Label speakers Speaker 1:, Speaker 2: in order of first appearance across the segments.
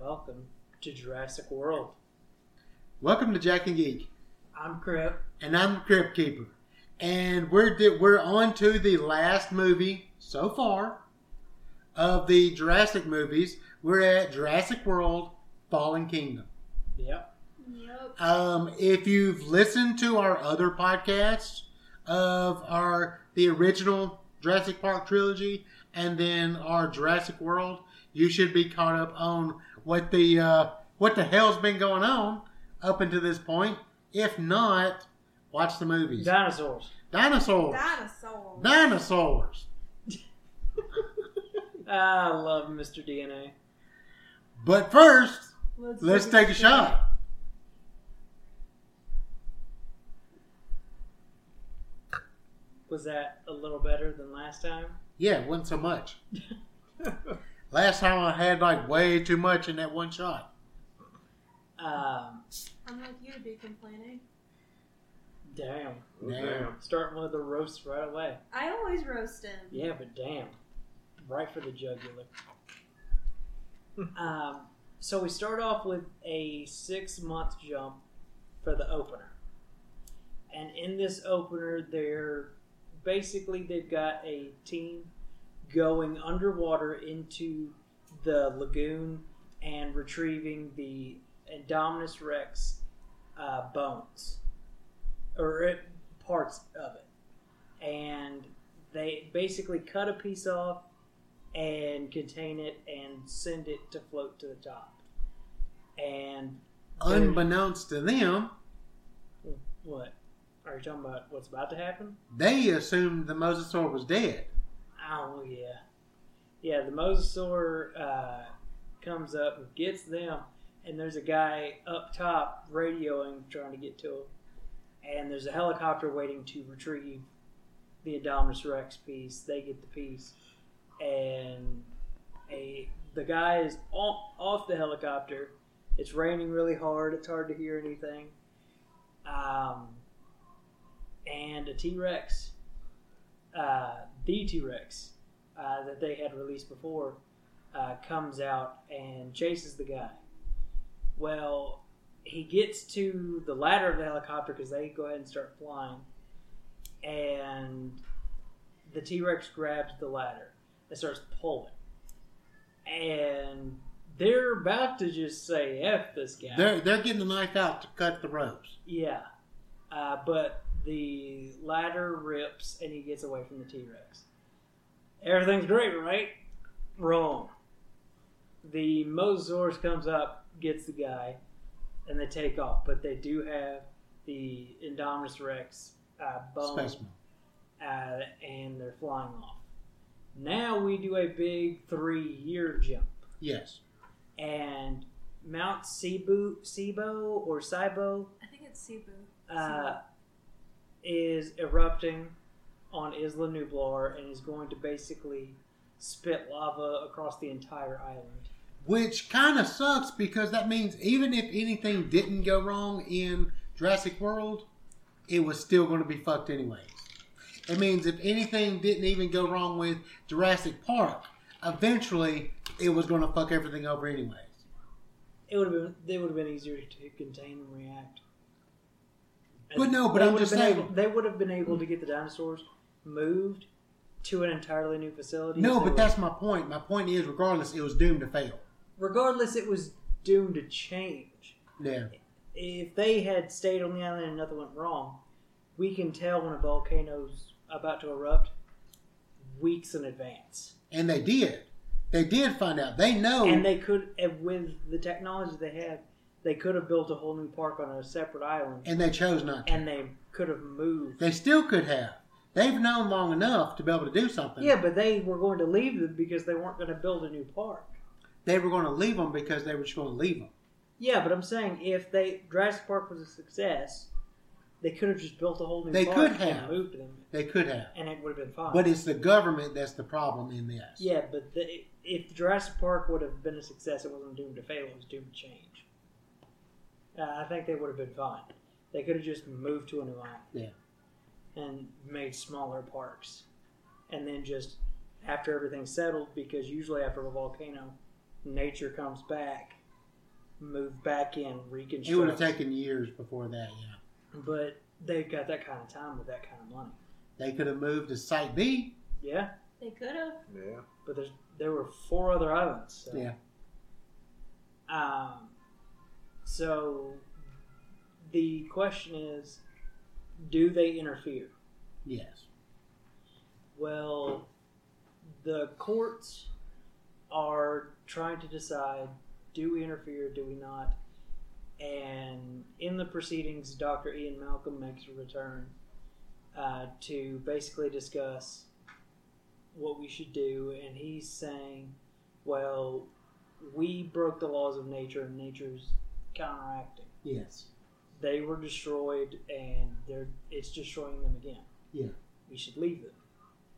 Speaker 1: welcome to Jurassic World.
Speaker 2: Welcome to Jack and Geek,
Speaker 1: I'm Crip.
Speaker 2: and I'm Crypt Keeper, and we're di- we're on to the last movie so far of the Jurassic movies. We're at Jurassic World: Fallen Kingdom.
Speaker 1: Yep.
Speaker 3: Yep.
Speaker 2: Um, if you've listened to our other podcasts of our the original Jurassic Park trilogy and then our Jurassic World, you should be caught up on what the uh, what the hell's been going on up until this point. If not, watch the movies.
Speaker 1: Dinosaurs.
Speaker 2: Dinosaurs,
Speaker 3: Dinosaur.
Speaker 2: dinosaurs.
Speaker 1: I love Mr. DNA.
Speaker 2: But first,
Speaker 3: Let's,
Speaker 2: let's take a shot.
Speaker 1: Was that a little better than last time?
Speaker 2: Yeah, it wasn't so much. Last time I had like way too much in that one shot.
Speaker 1: Um,
Speaker 3: I'm like you would be complaining.
Speaker 1: damn.
Speaker 2: Damn.
Speaker 1: Starting with the roast right away.
Speaker 3: I always roast him.
Speaker 1: Yeah, but damn. Right for the jugular. um, so we start off with a six month jump for the opener. And in this opener, they're basically they've got a team going underwater into the lagoon and retrieving the Indominus Rex uh, bones or it, parts of it. And they basically cut a piece off and contain it and send it to float to the top. And they're-
Speaker 2: Unbeknownst to them,
Speaker 1: what are you talking about? What's about to happen?
Speaker 2: they assumed the mosasaur was dead.
Speaker 1: Oh yeah, yeah. The mosasaur uh, comes up and gets them, and there's a guy up top radioing trying to get to him, and there's a helicopter waiting to retrieve the Indominus Rex piece. They get the piece, and a the guy is off off the helicopter. It's raining really hard. It's hard to hear anything. Um, and a T Rex uh, the T Rex uh, that they had released before uh, comes out and chases the guy. Well, he gets to the ladder of the helicopter because they go ahead and start flying, and the T Rex grabs the ladder and starts pulling. And they're about to just say "f this guy."
Speaker 2: They're they're getting the knife out to cut the ropes.
Speaker 1: Yeah, uh, but the ladder rips and he gets away from the T Rex. Everything's great, right? Wrong. The Mosasaurus comes up, gets the guy, and they take off. But they do have the Indominus Rex uh, bone
Speaker 2: Specimen.
Speaker 1: uh, and they're flying off. Now we do a big three year jump
Speaker 2: Yes.
Speaker 1: and Mount Cebu, Sibo or Sibo
Speaker 3: I think it's Cebu.
Speaker 1: uh, is erupting on Isla Nublar and is going to basically spit lava across the entire island.
Speaker 2: Which kind of sucks because that means even if anything didn't go wrong in Jurassic World, it was still going to be fucked anyways. It means if anything didn't even go wrong with Jurassic Park, eventually it was going to fuck everything over anyways.
Speaker 1: It would have been they would have been easier to contain and react.
Speaker 2: But no, but
Speaker 1: they
Speaker 2: I'm
Speaker 1: would have
Speaker 2: just
Speaker 1: been
Speaker 2: saying-
Speaker 1: able, they would have been able to get the dinosaurs moved to an entirely new facility. if
Speaker 2: No,
Speaker 1: they
Speaker 2: but
Speaker 1: were-
Speaker 2: that's my point. My point is, regardless, it was doomed to fail.
Speaker 1: regardless. It was doomed to change.
Speaker 2: Yeah.
Speaker 1: if they had stayed on the island and nothing went wrong, we can tell when a volcano's about to erupt weeks in advance.
Speaker 2: And they did. They did find out. They know.
Speaker 1: And they could, and with the technology they have, they could have built a whole new park on a separate island,
Speaker 2: and they chose not to.
Speaker 1: and they could have moved.
Speaker 2: They still could have. They've known long enough to be able to do something.
Speaker 1: Yeah, but they were going to leave them because they weren't going to build a new park.
Speaker 2: They were going to leave them because they were just going to leave them.
Speaker 1: Yeah, but I'm saying if they Jurassic Park was a success, they could have just built a whole new.
Speaker 2: They
Speaker 1: park
Speaker 2: could
Speaker 1: and
Speaker 2: have.
Speaker 1: moved them,
Speaker 2: They could have.
Speaker 1: and it would have been fine.
Speaker 2: But it's the government that's the problem in this.
Speaker 1: Yeah, but the, if Jurassic Park would have been a success, it wasn't doomed to fail. It was doomed to change. Uh, I think they would have been fine. They could have just moved to a new island.
Speaker 2: Yeah.
Speaker 1: And made smaller parks, and then just after everything's settled, because usually after a volcano, nature comes back move back in, reconstruct.
Speaker 2: It would have taken years before that. Yeah,
Speaker 1: but they've got that kind of time with that kind of money.
Speaker 2: they could have moved to Site B.
Speaker 1: Yeah,
Speaker 3: They could have.
Speaker 4: Yeah.
Speaker 1: but there's there were four other islands. So.
Speaker 2: Yeah.
Speaker 1: Um, so the question is, do they interfere?
Speaker 2: Yes.
Speaker 1: Well, the courts are trying to decide do we interfere, do we not? And in the proceedings, Dr. Ian Malcolm makes a return uh, to basically discuss what we should do. And he's saying, well, we broke the laws of nature and nature's counteracting.
Speaker 2: Yes.
Speaker 1: They were destroyed and they're, it's destroying them again.
Speaker 2: Yeah.
Speaker 1: We should leave them.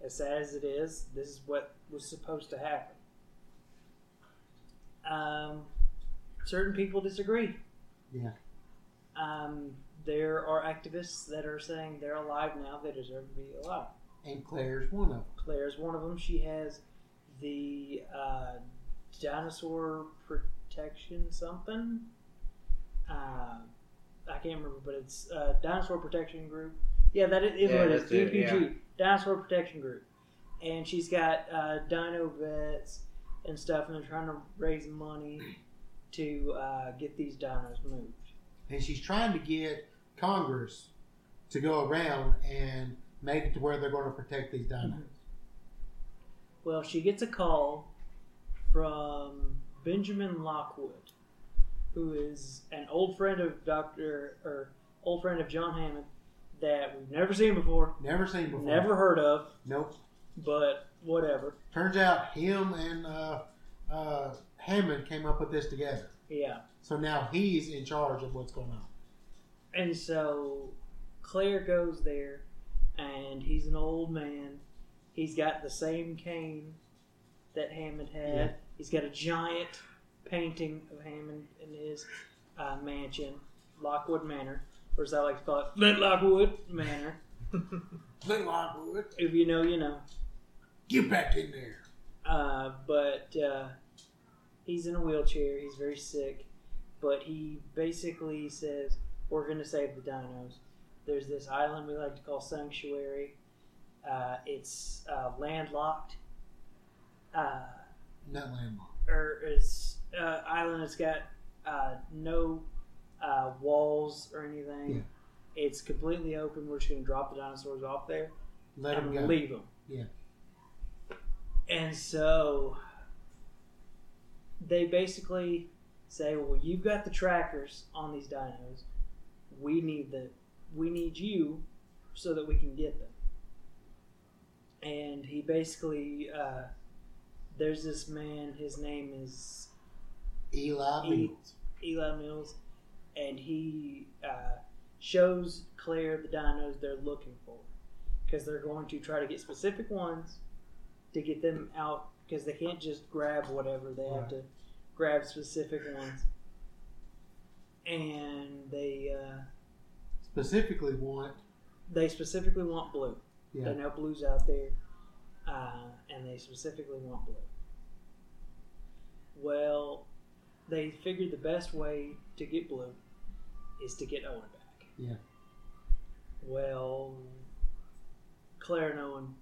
Speaker 1: As sad as it is, this is what was supposed to happen. Um, certain people disagree.
Speaker 2: Yeah.
Speaker 1: Um, there are activists that are saying they're alive now, they deserve to be alive.
Speaker 2: And Claire's one of them.
Speaker 1: Claire's one of them. She has the uh, dinosaur protection something. Uh, I can't remember, but it's uh, dinosaur protection group. Yeah, that is, is
Speaker 4: Yeah,
Speaker 1: what it is.
Speaker 4: that's it,
Speaker 1: DPG, dinosaur protection group, and she's got uh, dino vets and stuff, and they're trying to raise money to uh, get these dinos moved.
Speaker 2: and she's trying to get Congress to go around and make it to where they're going to protect these dinos.
Speaker 1: Well, she gets a call from Benjamin Lockwood, who is an old friend of Doctor or old friend of John Hammond that we've never seen before,
Speaker 2: Never seen before.
Speaker 1: never heard of,
Speaker 2: Nope.
Speaker 1: but whatever.
Speaker 2: Turns out him and uh, uh, Hammond came up with this together.
Speaker 1: Yeah.
Speaker 2: So now he's in charge of what's going on.
Speaker 1: And so Claire goes there, and he's an old man. He's got the same cane that Hammond had.
Speaker 2: Yeah.
Speaker 1: He's got a giant painting of Hammond in his uh, mansion, Lockwood Manor, or as I like to call it, Flint Lockwood Manor.
Speaker 2: Flint Lockwood,
Speaker 1: If you know, you know.
Speaker 2: get back in there.
Speaker 1: Uh, but uh, he's in a wheelchair. He's very sick. But he basically says, We're going to save the dinos. There's this island we like to call Sanctuary. Uh, it's uh, landlocked. Uh,
Speaker 2: Not landlocked.
Speaker 1: or it's uh, island that's got uh, no uh, walls or anything. It's completely open. We're just going to drop the dinosaurs off there
Speaker 2: Let
Speaker 1: and
Speaker 2: him go.
Speaker 1: leave them.
Speaker 2: Yeah.
Speaker 1: And so they basically say, "Well, you've got the trackers on these dinos. We need the we need you so that we can get them." And he basically uh, there's this man. His name is
Speaker 2: Eli
Speaker 1: He-
Speaker 2: Mills.
Speaker 1: Eli Mills, and he uh, shows Claire the dinos they're looking for because they're going to try to get specific ones to get them out because they can't just grab whatever they have
Speaker 2: Right.
Speaker 1: to grab specific ones. And they uh,
Speaker 2: Specifically, want
Speaker 1: they specifically want blue.
Speaker 2: yeah.
Speaker 1: They know blue's out there, uh, and they specifically want blue. Well, they figured the best way to get blue is to get Owen back.
Speaker 2: Yeah.
Speaker 1: Well, Claire and Owen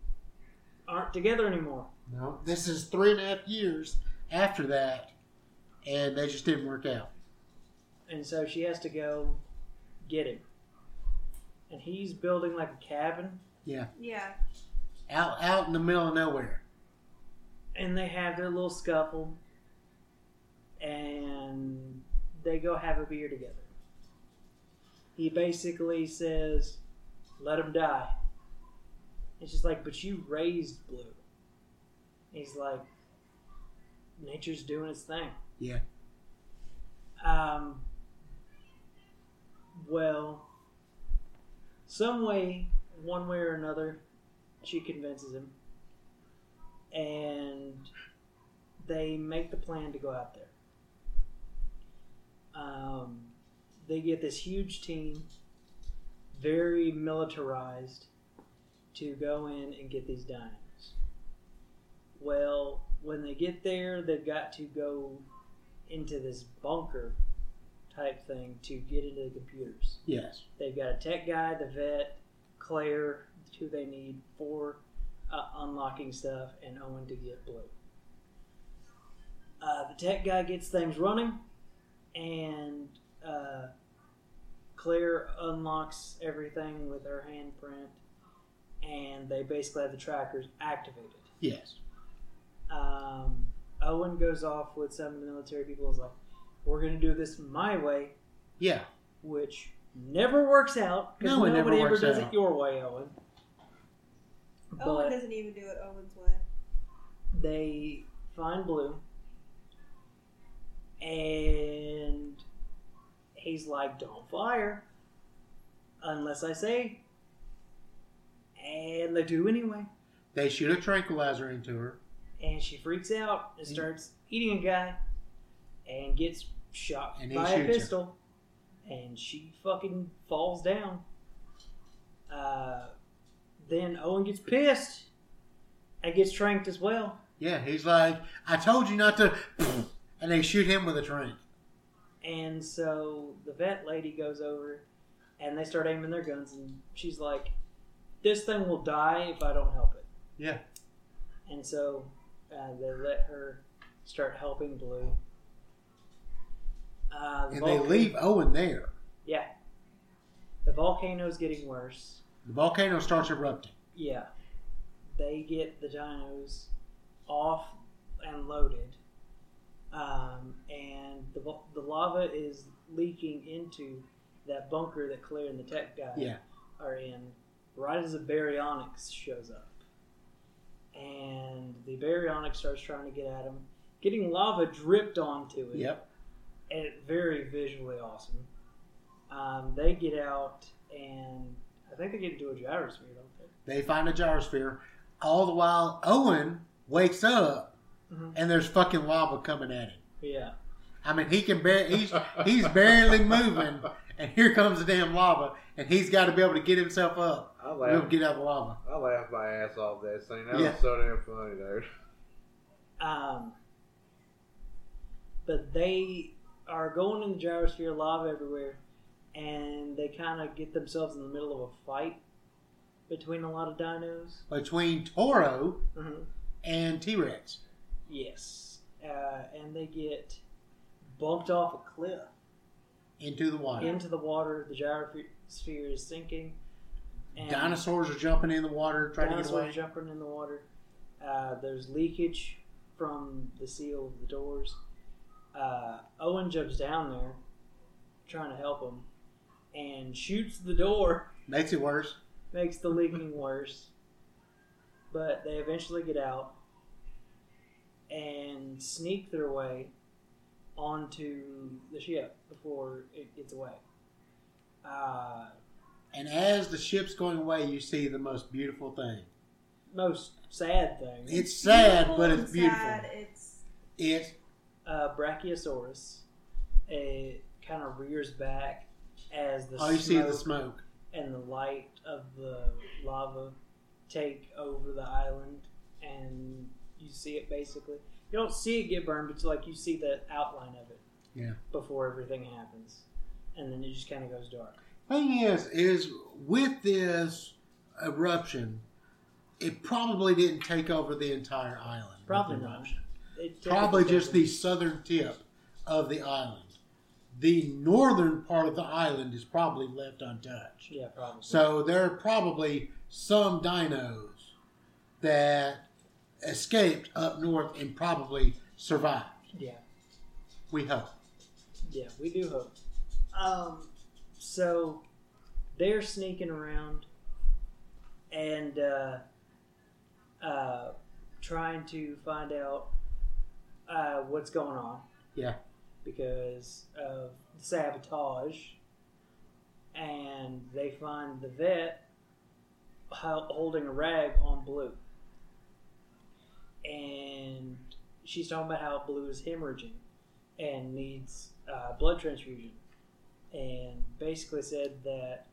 Speaker 1: aren't together anymore.
Speaker 2: No, this is three and a half years after that, and they just didn't work out.
Speaker 1: and so she has to go get him. And he's building like a cabin,
Speaker 3: Yeah.
Speaker 2: Out, out in the middle of nowhere.
Speaker 1: and they have their little scuffle, and they go have a beer together. He basically says, "Let him die." And she's like, "But you raised Blue." He's like, "Nature's doing its thing."
Speaker 2: Yeah.
Speaker 1: Um, well, some way, one way or another, she convinces him. And they make the plan to go out there. Um, they get this huge team, very militarized, to go in and get these dinos. Well, when they get there, they've got to go into this bunker type thing to get into the computers.
Speaker 2: Yes.
Speaker 1: They've got a tech guy, the vet, Claire, who they need for uh, unlocking stuff, and Owen to get blue. Uh, the tech guy gets things running, and uh, Claire unlocks everything with her handprint, and they basically have the trackers activated.
Speaker 2: Yes.
Speaker 1: Um, Owen goes off with some of the military people. Is like, we're going to do this my way,
Speaker 2: Yeah.
Speaker 1: which never works out because
Speaker 2: No, it never
Speaker 1: nobody ever
Speaker 2: works
Speaker 1: does
Speaker 2: out.
Speaker 1: it your way, Owen.
Speaker 3: Owen
Speaker 1: But
Speaker 3: doesn't even do it Owen's way.
Speaker 1: they find Blue, and he's like, "Don't fire unless I say," and they do anyway.
Speaker 2: They shoot a tranquilizer into her.
Speaker 1: And she freaks out
Speaker 2: Mm.
Speaker 1: and starts eating a guy, and gets shot
Speaker 2: And he
Speaker 1: by a
Speaker 2: shoots her.
Speaker 1: pistol, and she fucking falls down. Uh, then Owen gets pissed and gets tranked as well.
Speaker 2: Yeah, he's like, I told you not to. And they shoot him with a trank.
Speaker 1: And so the vet lady goes over and they start aiming their guns and she's like, This thing will die if I don't help it.
Speaker 2: Yeah.
Speaker 1: And so uh, they let her start helping Blue. Uh, the
Speaker 2: And they
Speaker 1: volca-
Speaker 2: leave Owen there.
Speaker 1: Yeah. The volcano's getting worse.
Speaker 2: The volcano starts erupting.
Speaker 1: Yeah. They get the dinos off and loaded. Um, and the, vo- the lava is leaking into that bunker that Claire and the tech guy
Speaker 2: Yeah.
Speaker 1: are in right as the baryonyx shows up. And the baryonyx starts trying to get at him, getting lava dripped onto it
Speaker 2: Yep.
Speaker 1: and it- very visually awesome. Um, they get out, and I think they get into a gyrosphere, don't they?
Speaker 2: They find a gyrosphere. All the while, Owen wakes up
Speaker 1: Mhm.
Speaker 2: and there's fucking lava coming at him.
Speaker 1: Yeah,
Speaker 2: I mean, he can bar- he's, he's barely moving, and here comes the damn lava, and he's got to be able to get himself up.
Speaker 4: I
Speaker 2: He'll
Speaker 4: laughed.
Speaker 2: get out of the lava.
Speaker 4: I laughed my ass off that scene. That
Speaker 2: Yeah.
Speaker 4: was so damn funny, dude.
Speaker 1: um, but they are going in the gyrosphere, lava everywhere, and they kind of get themselves in the middle of a fight between a lot of dinos.
Speaker 2: Between Toro
Speaker 1: Mm-hmm.
Speaker 2: and T Rex.
Speaker 1: Yes, uh, and they get bumped off a cliff.
Speaker 2: into the water.
Speaker 1: into the water. The gyrosphere is sinking. And
Speaker 2: Dinosaurs are jumping in the water trying to get
Speaker 1: dinosaurs
Speaker 2: away.
Speaker 1: jumping in the water. Uh, there's leakage from the seal of the doors. Uh, Owen jumps down there, trying to help him, and shoots the door,
Speaker 2: Makes it worse.
Speaker 1: makes the leaking worse. But they eventually get out and sneak their way onto the ship before it gets away. Uh,
Speaker 2: And as the ship's going away, you see the most beautiful thing.
Speaker 1: most sad thing.
Speaker 2: It's sad,
Speaker 3: Beautiful
Speaker 2: but
Speaker 3: and
Speaker 2: it's beautiful.
Speaker 3: Sad. It's
Speaker 2: It's
Speaker 1: uh, Brachiosaurus. It kind of rears back as the
Speaker 2: all Oh, you see
Speaker 1: smoke
Speaker 2: is the smoke.
Speaker 1: and the light of the lava take over the island, and you see it basically. You don't see it get burned, but it's like you see the outline of it.
Speaker 2: Yeah.
Speaker 1: Before everything happens, and then it just kind of goes dark.
Speaker 2: Thing is, is with this eruption, it probably didn't take over the entire island. with
Speaker 1: Probably
Speaker 2: the
Speaker 1: not.
Speaker 2: eruption.
Speaker 1: It took
Speaker 2: Probably
Speaker 1: us
Speaker 2: just
Speaker 1: over.
Speaker 2: the southern tip of the island. The northern part of the island is probably left untouched.
Speaker 1: yeah, probably.
Speaker 2: So there are probably some dinos that escaped up north and probably survived.
Speaker 1: yeah.
Speaker 2: We hope.
Speaker 1: Yeah, we do hope. Um, so they're sneaking around and uh, uh, trying to find out uh, what's going on.
Speaker 2: Yeah.
Speaker 1: Because of sabotage, and they find the vet hel- holding a rag on Blue, and she's talking about how Blue is hemorrhaging and needs uh, blood transfusion, and basically said that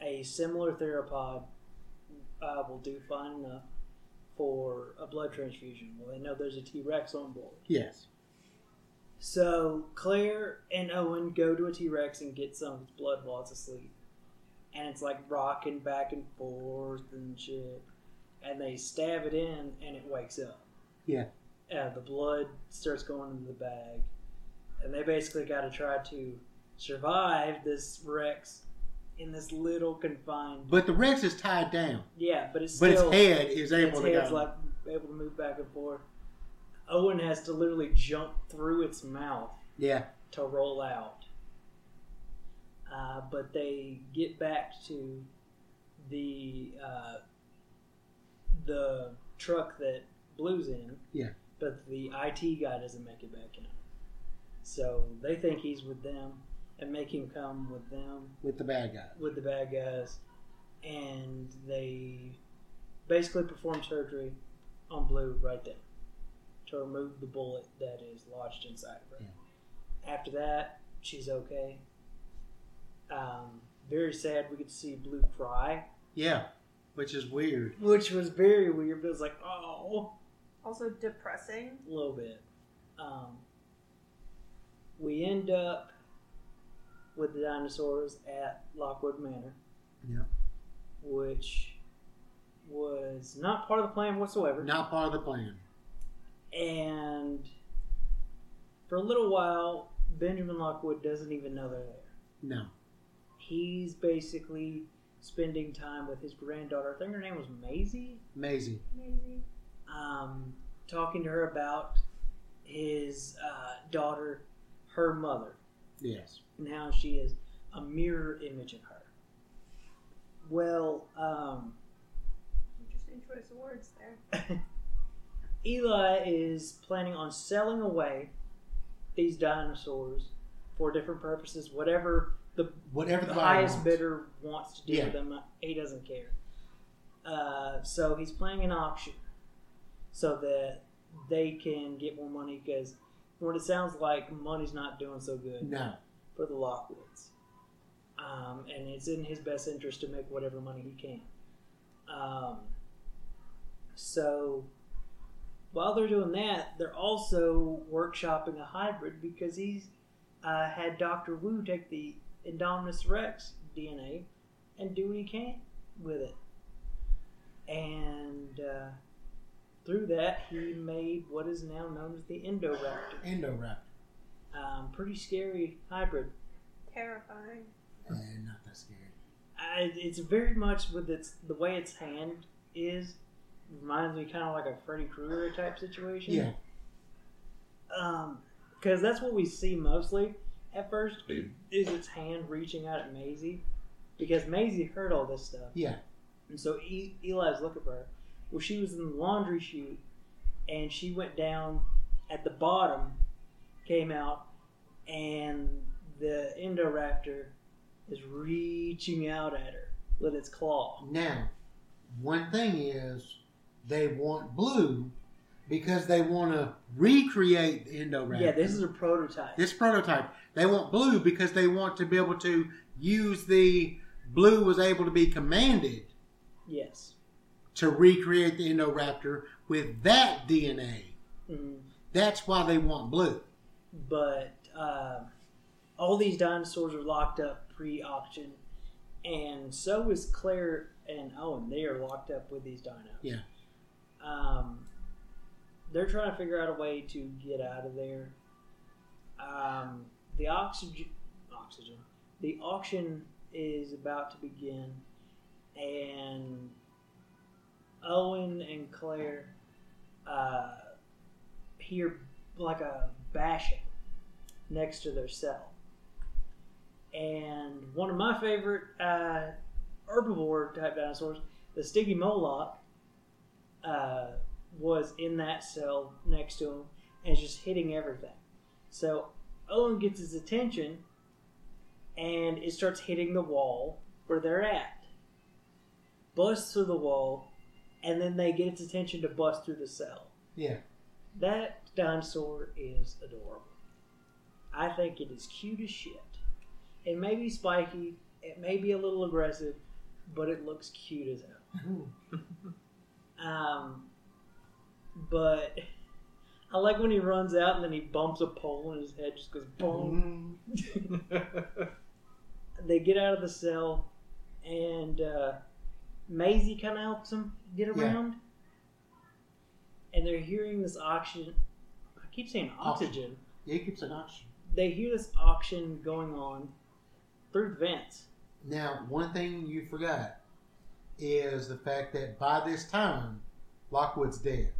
Speaker 1: a similar theropod uh, will do fine enough for a blood transfusion. Well, they know there's a T Rex on board,
Speaker 2: Yes.
Speaker 1: So Claire and Owen go to a T Rex and get some of its blood while it's asleep. And it's like rocking back and forth and shit. And they stab it in and it wakes up.
Speaker 2: Yeah.
Speaker 1: Uh, the blood starts going into the bag. And they basically got to try to survive this Rex in this little confined.
Speaker 2: But the Rex is tied down,
Speaker 1: Yeah, but it's
Speaker 2: but
Speaker 1: still.
Speaker 2: its head
Speaker 1: its
Speaker 2: is able to
Speaker 1: head's
Speaker 2: go.
Speaker 1: like able to move back and forth. Owen has to literally jump through its mouth
Speaker 2: yeah,
Speaker 1: to roll out. Uh, but they get back to the uh, the truck that Blue's in.
Speaker 2: Yeah.
Speaker 1: But the IT guy doesn't make it back in. So they think he's with them and make him come with them
Speaker 2: with the bad guy.
Speaker 1: with the bad guys, and they basically perform surgery on Blue right there to remove the bullet that is lodged inside of her. After that, she's okay. Um, very sad. We could see Blue cry,
Speaker 2: Yeah, which is weird.
Speaker 1: which was very weird. But it was like, oh,
Speaker 3: Also depressing.
Speaker 1: a little bit. Um, we end up with the dinosaurs at Lockwood Manor.
Speaker 2: Yeah.
Speaker 1: Which was not part of the plan whatsoever.
Speaker 2: Not part of the plan.
Speaker 1: And for a little while, Benjamin Lockwood doesn't even know they're there.
Speaker 2: No.
Speaker 1: He's basically spending time with his granddaughter. I think her name was Maisie.
Speaker 2: Amazing.
Speaker 3: Maybe.
Speaker 1: um, talking to her about his uh, daughter, her mother,
Speaker 2: Yes.
Speaker 1: and how she is a mirror image of her. Well, um,
Speaker 3: Interesting choice of words there.
Speaker 1: Eli is planning on selling away these dinosaurs for different purposes, whatever the
Speaker 2: Whatever the,
Speaker 1: the
Speaker 2: buyer
Speaker 1: highest
Speaker 2: wants.
Speaker 1: bidder wants to do
Speaker 2: Yeah.
Speaker 1: with them. He doesn't care. Uh, so he's playing an auction so that they can get more money because what it sounds like money's not doing so good
Speaker 2: No.
Speaker 1: for the Lockwoods. Um, and it's in his best interest to make whatever money he can. Um, so while they're doing that, they're also workshopping a hybrid because he's uh, had Dr. Wu take the Indominus Rex DNA and do what he can with it. And uh, through that, he made what is now known as the Indoraptor.
Speaker 2: Endoraptor.
Speaker 1: Um, pretty scary hybrid.
Speaker 3: Terrifying.
Speaker 2: Eh, not that scary.
Speaker 1: I, it's very much with its the way its hand is reminds me kind of like a Freddy Krueger type situation.
Speaker 2: Yeah.
Speaker 1: Um, because that's what we see mostly at first is its hand reaching out at Maisie because Maisie heard all this stuff.
Speaker 2: Yeah.
Speaker 1: And so e- Eli's looking for her. Well, she was in the laundry chute, and she went down at the bottom, came out, and the Indoraptor is reaching out at her with its claw.
Speaker 2: Now, one thing is they want blue because they want to recreate the Endoraptor.
Speaker 1: Yeah, this is a prototype.
Speaker 2: this prototype. They want blue because they want to be able to use the blue was able to be commanded
Speaker 1: yes.
Speaker 2: to recreate the Endoraptor with that DNA.
Speaker 1: Mm.
Speaker 2: That's why they want blue.
Speaker 1: But um all these dinosaurs are locked up pre-auction, and so is Claire and Owen. They are locked up with these dinos.
Speaker 2: Yeah.
Speaker 1: Um, they're trying to figure out a way to get out of there. Um, the oxygen, oxygen, the auction is about to begin, and Owen and Claire uh, hear like a bashing next to their cell. And one of my favorite uh, herbivore type dinosaurs, the Stiggy Moloch, uh, was in that cell next to him and is just hitting everything. So Owen gets his attention and it starts hitting the wall where they're at. Busts through the wall, and then they get its attention to bust through the cell.
Speaker 2: Yeah.
Speaker 1: That dinosaur is adorable. I think it is cute as shit. It may be spiky, it may be a little aggressive, but it looks cute as hell. Um, but I like when he runs out and then he bumps a pole and his head just goes boom. They get out of the cell, and uh, Maisie kind of helps them get
Speaker 2: Yeah.
Speaker 1: around. And they're hearing this auction. I keep saying
Speaker 2: Auction.
Speaker 1: oxygen.
Speaker 2: It keeps an auction.
Speaker 1: They hear this auction going on through the vents.
Speaker 2: Now, one thing you forgot is the fact that by this time, Lockwood's dead.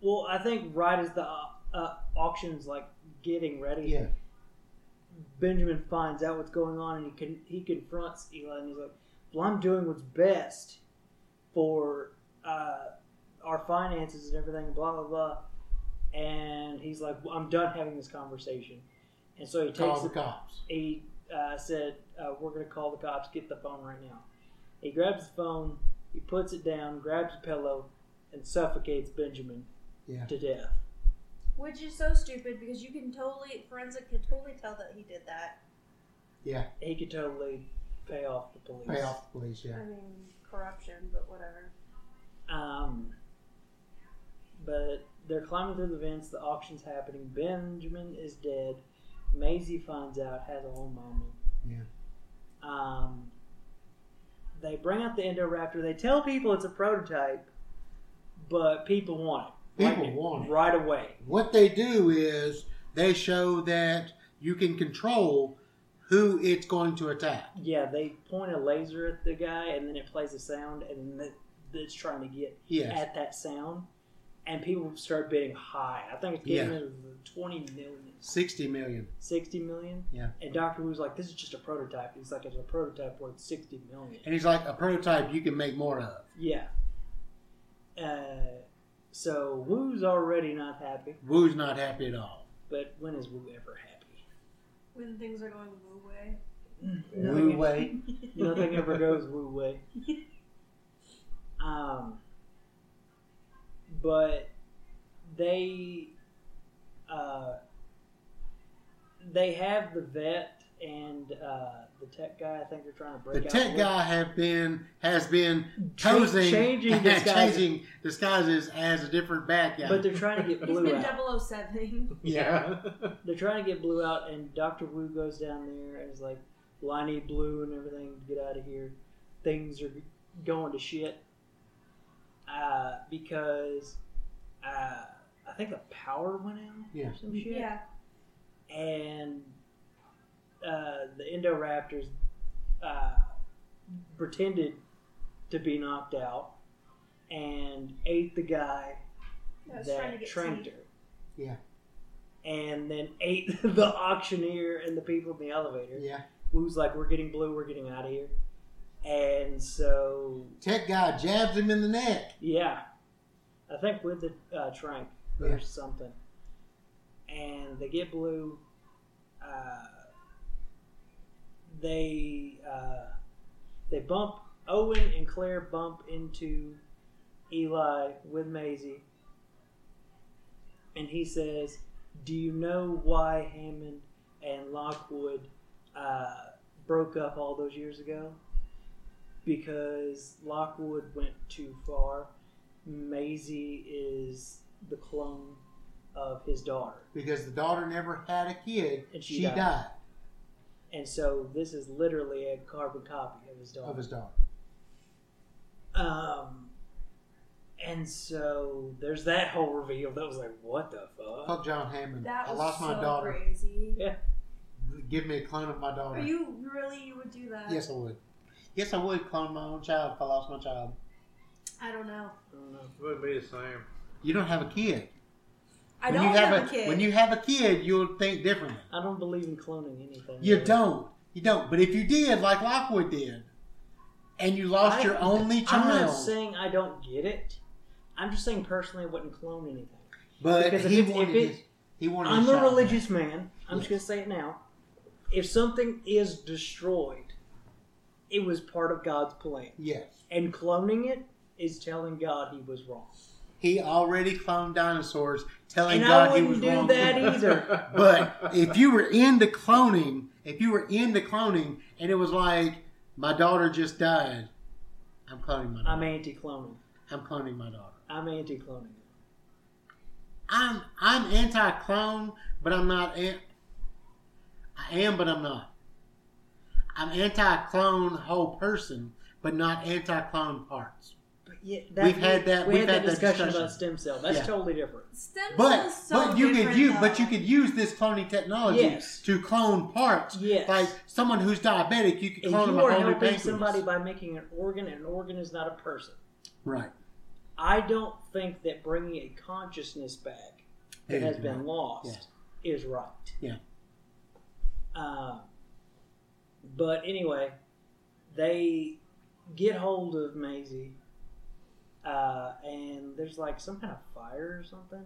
Speaker 1: Well, I think right as the au- uh, auction's like getting ready,
Speaker 2: Yeah.
Speaker 1: Benjamin finds out what's going on and he con- he confronts Eli and he's like, "Well, I'm doing what's best for uh, our finances and everything, blah blah blah." And he's like, well, "I'm done having this conversation," and so he takes
Speaker 2: Call the
Speaker 1: the
Speaker 2: cops.
Speaker 1: he uh, said, uh, "We're going to call the cops. Get the phone right now." He grabs the phone, he puts it down, grabs a pillow, and suffocates Benjamin
Speaker 2: Yeah.
Speaker 1: to death.
Speaker 3: Which is so stupid because you can totally forensic can totally tell that he did that.
Speaker 1: He could totally pay off the police.
Speaker 2: Pay off the police, yeah.
Speaker 3: I mean, corruption, but whatever.
Speaker 1: Um, but they're climbing through the vents. The auction's happening. Benjamin is dead. Maisie finds out, has a whole moment.
Speaker 2: Yeah.
Speaker 1: Um, they bring out the Endoraptor. They tell people it's a prototype, but people want it.
Speaker 2: People
Speaker 1: Like,
Speaker 2: want it.
Speaker 1: right away.
Speaker 2: What they do is they show that you can control who it's going to attack.
Speaker 1: Yeah, they point a laser at the guy, and then it plays a sound, and then it's trying to get
Speaker 2: Yes.
Speaker 1: at that sound, and people start bidding high. I think it's getting into the 20 million,
Speaker 2: 60 million.
Speaker 1: 60 million.
Speaker 2: Yeah.
Speaker 1: And Dr. Wu's like, this is just a prototype. He's like, it's a prototype worth 60 million.
Speaker 2: And he's like, a prototype you can make more of.
Speaker 1: Yeah. Uh, so Wu's already not happy,
Speaker 2: Woo's not happy at all.
Speaker 1: but when is Wu ever happy?
Speaker 3: When things are going Wu way.
Speaker 2: Wu way.
Speaker 1: Nothing ever goes Wu way. Um, but they uh, they have the vet and uh, the tech guy. I think they're trying to
Speaker 2: The
Speaker 1: break. out
Speaker 2: tech
Speaker 1: with-
Speaker 2: guy have been has been
Speaker 1: Cha-
Speaker 2: posing
Speaker 1: changing disguises,
Speaker 2: changing disguises as a different bad guy.
Speaker 1: but they're trying to get
Speaker 3: He's
Speaker 1: blue
Speaker 3: been
Speaker 1: out.
Speaker 3: 007.
Speaker 4: yeah.
Speaker 1: They're trying to get blue out, and Doctor Wu goes down there and is like, "Well, I need blue and everything to get out of here. Things are going to shit." Uh, because uh, I think the power went out
Speaker 2: Yeah.
Speaker 1: or some Oh, shit, and uh, the Indoraptors uh, pretended to be knocked out and ate the guy
Speaker 3: I was
Speaker 1: that
Speaker 3: trying to get
Speaker 1: trained
Speaker 3: tea.
Speaker 1: her.
Speaker 2: Yeah.
Speaker 1: And then ate the auctioneer and the people in the elevator.
Speaker 2: yeah.
Speaker 1: Who's like, we're getting blue, we're getting out of here. And so,
Speaker 2: Tech guy jabs him in the neck.
Speaker 1: yeah. I think with the uh, trank or
Speaker 2: Yeah.
Speaker 1: something. And they get blue. Uh, they uh, they bump Owen and Claire bump into Eli with Maisie, and he says, "Do you know why Hammond and Lockwood uh, broke up all those years ago? Because Lockwood went too far. Maisie is the clone of his daughter."
Speaker 2: Because the daughter never had a kid.
Speaker 1: And she
Speaker 2: she
Speaker 1: died.
Speaker 2: died,
Speaker 1: And so this is literally a carbon copy of his daughter.
Speaker 2: of his daughter.
Speaker 1: Um, and so there's that whole reveal that was like, what the fuck?
Speaker 2: Fuck John Hammond.
Speaker 3: That
Speaker 2: I
Speaker 3: was
Speaker 2: lost
Speaker 3: so
Speaker 2: my daughter.
Speaker 3: crazy.
Speaker 2: Give me a clone of my daughter.
Speaker 3: Are you really you would do that?
Speaker 2: yes, I would. Yes, I would clone my own child if I lost my child.
Speaker 3: I don't know.
Speaker 1: I don't know.
Speaker 4: Wouldn't be the same.
Speaker 2: You don't have a kid.
Speaker 3: I
Speaker 2: When
Speaker 3: don't
Speaker 2: you
Speaker 3: have, a, kid.
Speaker 2: When you have a kid, you'll think differently.
Speaker 1: I don't believe in cloning anything.
Speaker 2: You
Speaker 1: really.
Speaker 2: don't. You don't. But if you did, like Lockwood did, and you lost
Speaker 1: I-
Speaker 2: your only
Speaker 1: I'm
Speaker 2: child,
Speaker 1: not saying I don't get it. I'm just saying personally I wouldn't clone anything.
Speaker 2: but
Speaker 1: because if
Speaker 2: he
Speaker 1: it- if
Speaker 2: wanted
Speaker 1: it-
Speaker 2: his, he wanted.
Speaker 1: I'm
Speaker 2: his
Speaker 1: a
Speaker 2: child.
Speaker 1: religious man. I'm just
Speaker 2: Yes.
Speaker 1: going to say it now. If something is destroyed, it was part of God's plan.
Speaker 2: Yes,
Speaker 1: And cloning it is telling God he was wrong.
Speaker 2: he already cloned dinosaurs, telling
Speaker 1: And I
Speaker 2: God he was
Speaker 1: wouldn't do
Speaker 2: wrong.
Speaker 1: that either.
Speaker 2: But if you were into cloning, if you were into cloning, and it was like my daughter just died, I'm cloning my daughter.
Speaker 1: I'm anti cloning.
Speaker 2: I'm cloning my daughter.
Speaker 1: I'm anti cloning.
Speaker 2: I'm I'm anti-clone, but I'm not. An- I am, but I'm not. I'm anti-clone whole person, but not anti-clone parts.
Speaker 1: But yeah,
Speaker 2: We've had that-
Speaker 1: We
Speaker 2: we've
Speaker 1: had
Speaker 2: had
Speaker 1: that,
Speaker 2: that
Speaker 1: discussion,
Speaker 2: discussion.
Speaker 1: about stem cell. That's
Speaker 2: Yeah.
Speaker 1: totally different.
Speaker 3: Stem
Speaker 2: But
Speaker 3: cells so
Speaker 2: but you could
Speaker 3: different,
Speaker 2: use
Speaker 3: though.
Speaker 2: but you could use this cloning technology
Speaker 1: Yes.
Speaker 2: to clone parts.
Speaker 1: Yes.
Speaker 2: Like someone who's diabetic, you could
Speaker 1: If
Speaker 2: clone them
Speaker 1: you
Speaker 2: a
Speaker 1: are
Speaker 2: whole new
Speaker 1: helping
Speaker 2: pancreas.
Speaker 1: somebody by making an organ, an organ is not a person.
Speaker 2: Right.
Speaker 1: I don't think that bringing a consciousness back that
Speaker 2: Yeah,
Speaker 1: has
Speaker 2: you're
Speaker 1: been lost is right.
Speaker 2: Yeah.
Speaker 1: Um, but anyway, they get hold of Maisie, uh, and there's like some kind of fire or something.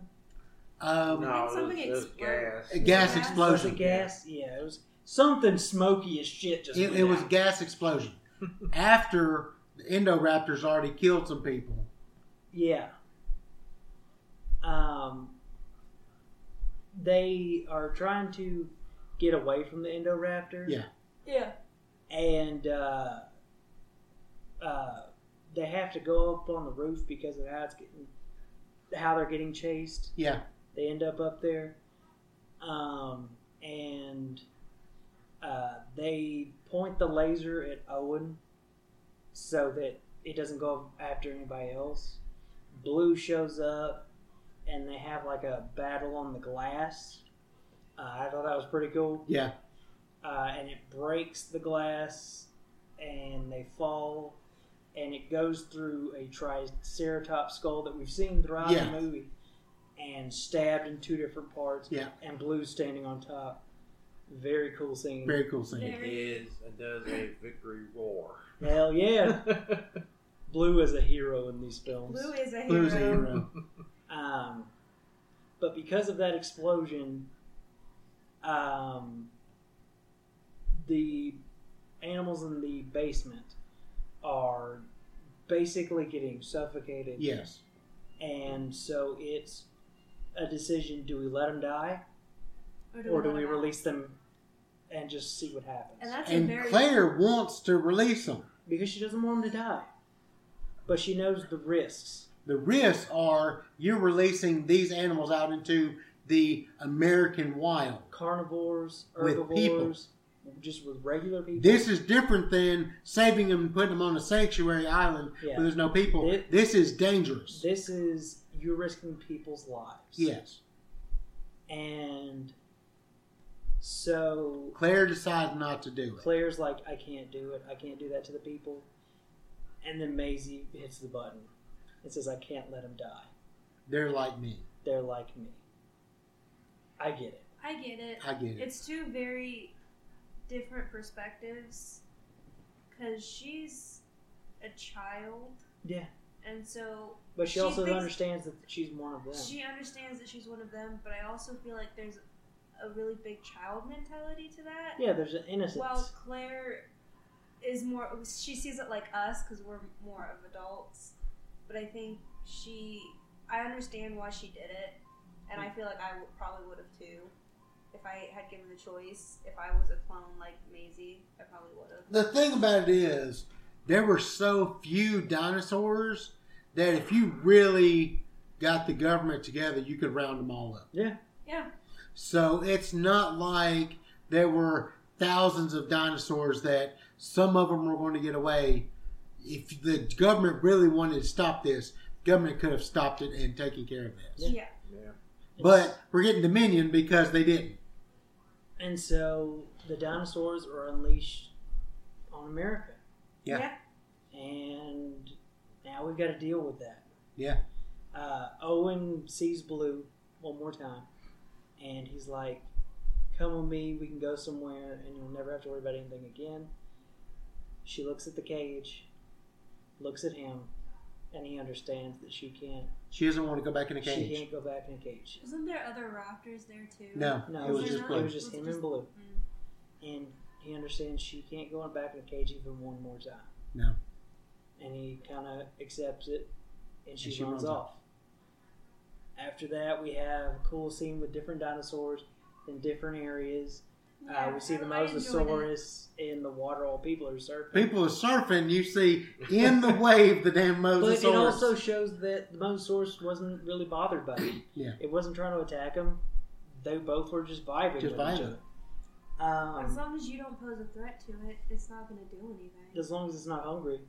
Speaker 2: Um,
Speaker 4: No, it was-
Speaker 3: something
Speaker 4: it was
Speaker 3: exploded.
Speaker 4: gas.
Speaker 2: A gas
Speaker 3: Yeah.
Speaker 1: Was
Speaker 2: explosion.
Speaker 1: it gas? Yeah, it was something smoky as shit. Just
Speaker 2: It,
Speaker 1: went
Speaker 2: it was
Speaker 1: out.
Speaker 2: gas explosion. After the Indoraptors already killed some people.
Speaker 1: Yeah. Um, they are trying to get away from the Indoraptor.
Speaker 2: Yeah.
Speaker 3: yeah.
Speaker 1: And uh, uh, they have to go up on the roof because of how it's getting, how they're getting chased.
Speaker 2: Yeah.
Speaker 1: They end up up there, um, and uh, they point the laser at Owen so that it doesn't go after anybody else. Blue shows up, and they have like a battle on the glass. Uh, I thought that was pretty cool,
Speaker 2: Yeah.
Speaker 1: uh, and it breaks the glass, and they fall, and it goes through a triceratops skull that we've seen throughout
Speaker 2: Yeah.
Speaker 1: the movie, and stabbed in two different parts.
Speaker 2: Yeah.
Speaker 1: and Blue standing on top. Very cool scene.
Speaker 2: Very cool scene.
Speaker 3: Very-
Speaker 4: It is it does a victory roar.
Speaker 1: Hell yeah, Blue is a hero in these films.
Speaker 3: Blue is a hero.
Speaker 2: Blue's uh, a hero.
Speaker 1: Um, but because of that explosion, um, the animals in the basement are basically getting suffocated.
Speaker 2: Yes.
Speaker 1: And so it's a decision do we let them die or
Speaker 3: we
Speaker 1: do
Speaker 3: let
Speaker 1: we
Speaker 3: him out?
Speaker 1: release them and just see what happens?
Speaker 3: And that's a
Speaker 2: And
Speaker 3: very
Speaker 2: Claire wants to release them.
Speaker 1: because she doesn't want them to die. But she knows the risks.
Speaker 2: The risks are you're releasing these animals out into the American wild.
Speaker 1: Carnivores,
Speaker 2: With people.
Speaker 1: herbivores, just with regular people.
Speaker 2: This is different than saving them and putting them on a sanctuary island
Speaker 1: Yeah.
Speaker 2: where there's no people.
Speaker 1: It-
Speaker 2: this is dangerous.
Speaker 1: This is you're risking people's lives.
Speaker 2: yes.
Speaker 1: And so
Speaker 2: Claire decides not to do it.
Speaker 1: Claire's like, I can't do it. I can't do that to the people. And then Maisie hits the button and says, I can't let them die.
Speaker 2: They're like me.
Speaker 1: They're like me. I get it.
Speaker 3: I get it.
Speaker 2: I get it.
Speaker 3: It's two very different perspectives because she's a child,
Speaker 1: Yeah.
Speaker 3: and so
Speaker 1: But she,
Speaker 3: She
Speaker 1: also
Speaker 3: thinks-
Speaker 1: understands that she's one of them.
Speaker 3: she understands that she's one of them. But I also feel like there's a really big child mentality to that.
Speaker 1: yeah, there's an innocence.
Speaker 3: While Claire is more, she sees it like us because we're more of adults. But I think she, I understand why she did it, and I feel like I w- probably would have too. If I had given the choice, if I was a clone like Maisie, I probably would have.
Speaker 2: The thing about it is, there were so few dinosaurs that if you really got the government together, you could round them all up.
Speaker 1: yeah.
Speaker 3: Yeah,
Speaker 2: So it's not like there were thousands of dinosaurs that some of them were going to get away. If the government really wanted to stop this, government could have stopped it and taken care of this.
Speaker 1: Yeah.
Speaker 3: yeah.
Speaker 4: Yeah.
Speaker 2: But we're getting Dominion because they didn't.
Speaker 1: And so the dinosaurs are unleashed on America.
Speaker 2: Yeah.
Speaker 1: And now we've got to deal with that.
Speaker 2: Yeah.
Speaker 1: Uh, Owen sees Blue one more time, and he's like, Come with me, we can go somewhere, and you'll never have to worry about anything again. She looks at the cage, looks at him, and he understands that she can't.
Speaker 2: She doesn't want to go back in the
Speaker 1: She
Speaker 2: cage.
Speaker 1: can't go back in a cage.
Speaker 3: Wasn't there other raptors there too?
Speaker 2: No,
Speaker 1: No,
Speaker 2: it was
Speaker 1: it was
Speaker 2: just blue.
Speaker 1: just him and
Speaker 3: just-
Speaker 1: Blue.
Speaker 3: Mm.
Speaker 1: and he understands she can't go on back in the cage even one more time.
Speaker 2: No.
Speaker 1: And he kind of accepts it, and she,
Speaker 2: And she
Speaker 1: runs,
Speaker 2: runs
Speaker 1: off. After that, we have a cool scene with different dinosaurs in different areas. Uh, we see the
Speaker 3: I enjoyed it.
Speaker 1: mosasaurus in the water while people are surfing.
Speaker 2: People are surfing. You see in the wave the damn mosasaurus.
Speaker 1: but it also shows that the mosasaurus wasn't really bothered by it.
Speaker 2: Yeah.
Speaker 1: It wasn't trying to attack him. They both were just vibing
Speaker 2: Just
Speaker 1: with each
Speaker 2: vibing.
Speaker 1: other.
Speaker 3: As
Speaker 1: Um,
Speaker 3: long as you don't pose a threat to it, it's not going to do anything.
Speaker 1: as long as it's not hungry.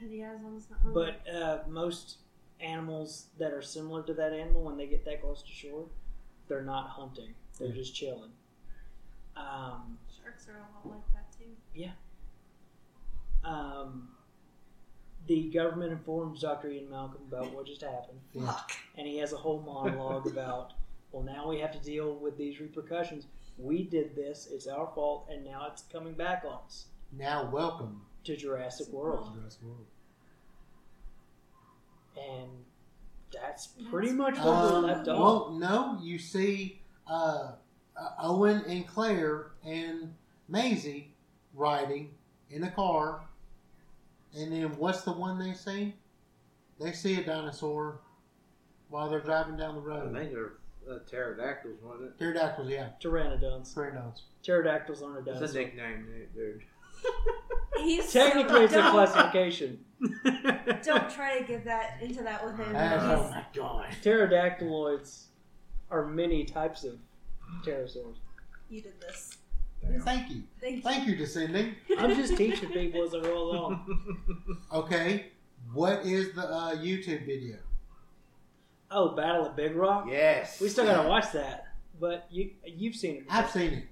Speaker 3: Yeah, as long as it's not hungry.
Speaker 1: But uh, most animals that are similar to that animal, when they get that close to shore, they're not hunting. They're
Speaker 2: Yeah.
Speaker 1: just chilling. Um,
Speaker 3: Sharks are a lot like that too.
Speaker 1: um, the government informs Dr. Ian Malcolm about what just happened,
Speaker 2: Yeah.
Speaker 3: Fuck.
Speaker 1: and he has a whole monologue about, well, now we have to deal with these repercussions. We did this, it's our fault, and now it's coming back on us
Speaker 2: now welcome
Speaker 1: to Jurassic
Speaker 2: to
Speaker 1: World.
Speaker 2: the rest of the world.
Speaker 1: And that's pretty much what
Speaker 2: Um,
Speaker 1: we left off.
Speaker 2: well, no, you see uh, uh, Owen and Claire and Maisie riding in a car, and then what's the one they see? They see a dinosaur while they're driving down the
Speaker 4: I
Speaker 2: road.
Speaker 4: think they're uh, pterodactyls, wasn't
Speaker 2: Pterodactyls, yeah,
Speaker 1: Pteranodons.
Speaker 2: pterodactyls.
Speaker 1: Pterodactyls aren't a
Speaker 4: it? That's a
Speaker 1: dinosaur.
Speaker 4: nickname, dude.
Speaker 3: He's
Speaker 1: Technically, it's
Speaker 3: so
Speaker 1: a
Speaker 3: dumb.
Speaker 1: classification.
Speaker 3: Don't try to get that into that with him.
Speaker 2: Oh
Speaker 3: He's-
Speaker 2: my god!
Speaker 1: Pterodactyloids are many types of pterosaurs.
Speaker 3: you did this.
Speaker 2: Thank you,
Speaker 3: Thank you.
Speaker 2: thank you, descending.
Speaker 1: I'm just teaching people as I go along.
Speaker 2: Okay, what is the uh, YouTube video?
Speaker 1: Oh, Battle of Big Rock.
Speaker 4: yes.
Speaker 1: We still gotta watch that, but you you've seen it.
Speaker 2: I've seen it.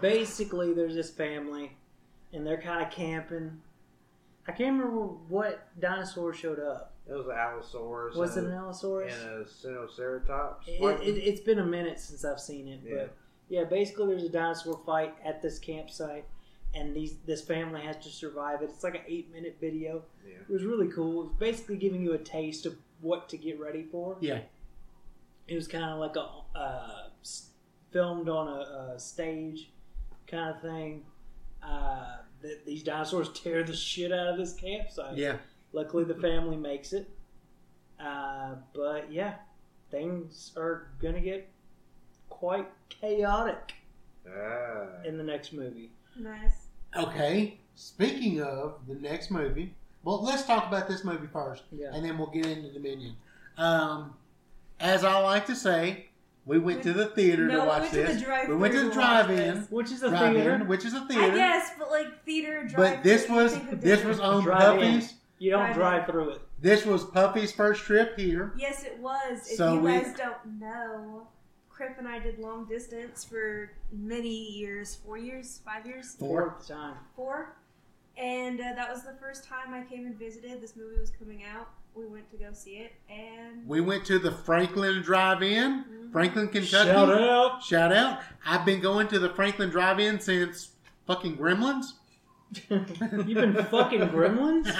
Speaker 1: Basically, there's this family, and they're kind of camping. I can't remember what dinosaur showed up.
Speaker 4: It was an allosaurus.
Speaker 1: Was it
Speaker 4: and
Speaker 1: an
Speaker 4: a-
Speaker 1: Allosaurus?
Speaker 4: And a Sinoceratops.
Speaker 1: It, it, it's been a minute since I've seen it,
Speaker 4: Yeah.
Speaker 1: but yeah, basically there's a dinosaur fight at this campsite, and these this family has to survive it. It's like an eight minute video.
Speaker 4: yeah.
Speaker 1: It was really cool. It was basically giving you a taste of what to get ready for.
Speaker 2: Yeah.
Speaker 1: It was kind of like a uh, s- filmed on a, a stage kind of thing. Uh, th- these dinosaurs tear the shit out of this campsite.
Speaker 2: Yeah,
Speaker 1: Luckily, the family makes it. Uh, but yeah, things are gonna get quite chaotic
Speaker 4: Ah.
Speaker 1: in the next movie.
Speaker 3: Nice.
Speaker 2: Okay. Speaking of the next movie, well, let's talk about this movie first,
Speaker 1: Yeah,
Speaker 2: and then we'll get into Dominion. Um, as I like to say, we went to the theater
Speaker 3: No,
Speaker 2: to
Speaker 3: we
Speaker 2: watch
Speaker 3: went to the
Speaker 2: this. we
Speaker 3: drive-thru
Speaker 2: went to the
Speaker 3: to watch
Speaker 2: drive-in,
Speaker 3: this.
Speaker 1: which is a
Speaker 2: drive-in,
Speaker 1: theater.
Speaker 2: which is a
Speaker 3: I
Speaker 2: theater.
Speaker 3: guess, but like theater drive.
Speaker 2: but this was this was on
Speaker 1: Drive-in.
Speaker 2: Puppy's.
Speaker 1: You don't
Speaker 3: Drive-in.
Speaker 1: drive through it.
Speaker 2: This was Puppy's first trip here.
Speaker 3: Yes, it was. If
Speaker 2: So
Speaker 3: you
Speaker 2: we-
Speaker 3: guys don't know, Crip and I did long distance for many years four years, five years,
Speaker 2: Four.
Speaker 1: Fourth time.
Speaker 3: four. And uh, that was the first time I came and visited. This movie was coming out. We went to go see it. And.
Speaker 2: We went to the Franklin Drive-In,
Speaker 3: Mhm.
Speaker 2: Franklin, Kentucky.
Speaker 1: Shout out.
Speaker 2: Shout out! I've been going to the Franklin Drive-In since fucking Gremlins.
Speaker 1: You've been fucking gremlins?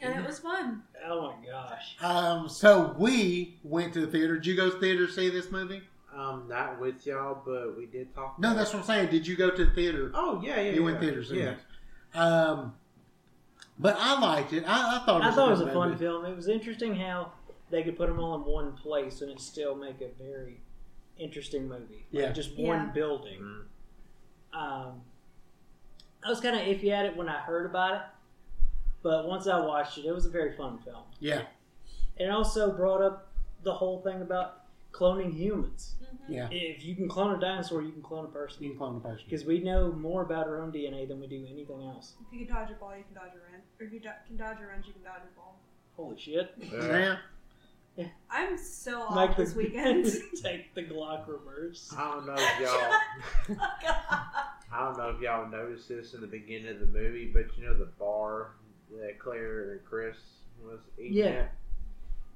Speaker 3: And it was fun.
Speaker 1: Oh my gosh.
Speaker 2: Um, so we went to the theater. Did you go to the theater to see this movie?
Speaker 4: I'm Um, not with y'all, but we did talk.
Speaker 2: No,
Speaker 4: about
Speaker 2: that's
Speaker 4: it.
Speaker 2: what I'm saying. Did you go to the theater?
Speaker 4: Oh yeah, yeah.
Speaker 2: you went
Speaker 4: yeah.
Speaker 2: theater to see
Speaker 4: Yeah.
Speaker 2: it. Um, but I liked it. I, I thought it
Speaker 1: I
Speaker 2: was
Speaker 1: thought it
Speaker 2: a,
Speaker 1: was
Speaker 2: good
Speaker 1: a fun
Speaker 2: movie.
Speaker 1: film. It was interesting how they could put them all in one place and it still make a very interesting movie. Like,
Speaker 2: Yeah.
Speaker 1: Just
Speaker 3: Yeah.
Speaker 1: one building.
Speaker 4: Mhm.
Speaker 1: Um, I was kind of iffy at it when I heard about it, but once I watched it, it was a very fun film.
Speaker 2: Yeah,
Speaker 1: And it also brought up the whole thing about cloning humans.
Speaker 3: Mhm.
Speaker 2: yeah.
Speaker 1: If you can clone a dinosaur, you can clone a person.
Speaker 2: You can clone a person.
Speaker 1: Because we know more about our own DNA than we do anything else.
Speaker 3: If you can dodge a ball, you can dodge a wrench. Or if you do- can dodge a wrench, you can dodge a ball.
Speaker 1: Holy shit.
Speaker 4: Yeah.
Speaker 2: Yeah.
Speaker 3: I'm so off
Speaker 1: Like
Speaker 3: this weekend.
Speaker 1: take the Glock reverse.
Speaker 4: I don't know
Speaker 2: Oh,
Speaker 4: if y'all. I don't know if y'all noticed this in the beginning of the movie, but you know the bar that Claire and Chris was eating
Speaker 1: Yeah.
Speaker 4: at.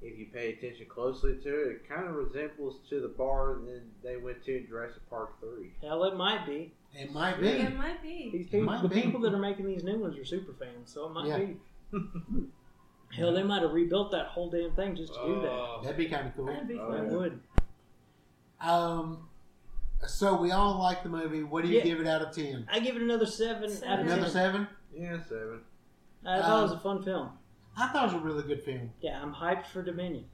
Speaker 4: If you pay attention closely to it, it kind of resembles to the bar that they went to in Jurassic Park Three.
Speaker 1: Hell, it might be.
Speaker 2: It might be.
Speaker 3: it might be.
Speaker 1: These people,
Speaker 2: might
Speaker 1: the
Speaker 2: be.
Speaker 1: people that are making these new ones are super fans, so it might
Speaker 2: Yeah.
Speaker 1: be. Hell, they might have rebuilt that whole damn thing just to do that.
Speaker 4: Oh.
Speaker 2: That'd be kind of cool.
Speaker 1: That'd be
Speaker 4: Oh,
Speaker 1: fun.
Speaker 4: yeah.
Speaker 1: Would.
Speaker 2: Um, so we all liked the movie. What do you
Speaker 1: Yeah.
Speaker 2: give it out of ten?
Speaker 1: I give it another seven out of
Speaker 3: Seven.
Speaker 2: Another
Speaker 1: ten.
Speaker 2: seven?
Speaker 4: Yeah, seven.
Speaker 1: I thought it was
Speaker 2: Um,
Speaker 1: a fun film.
Speaker 2: I thought it was a really good film.
Speaker 1: Yeah, I'm hyped for Dominion.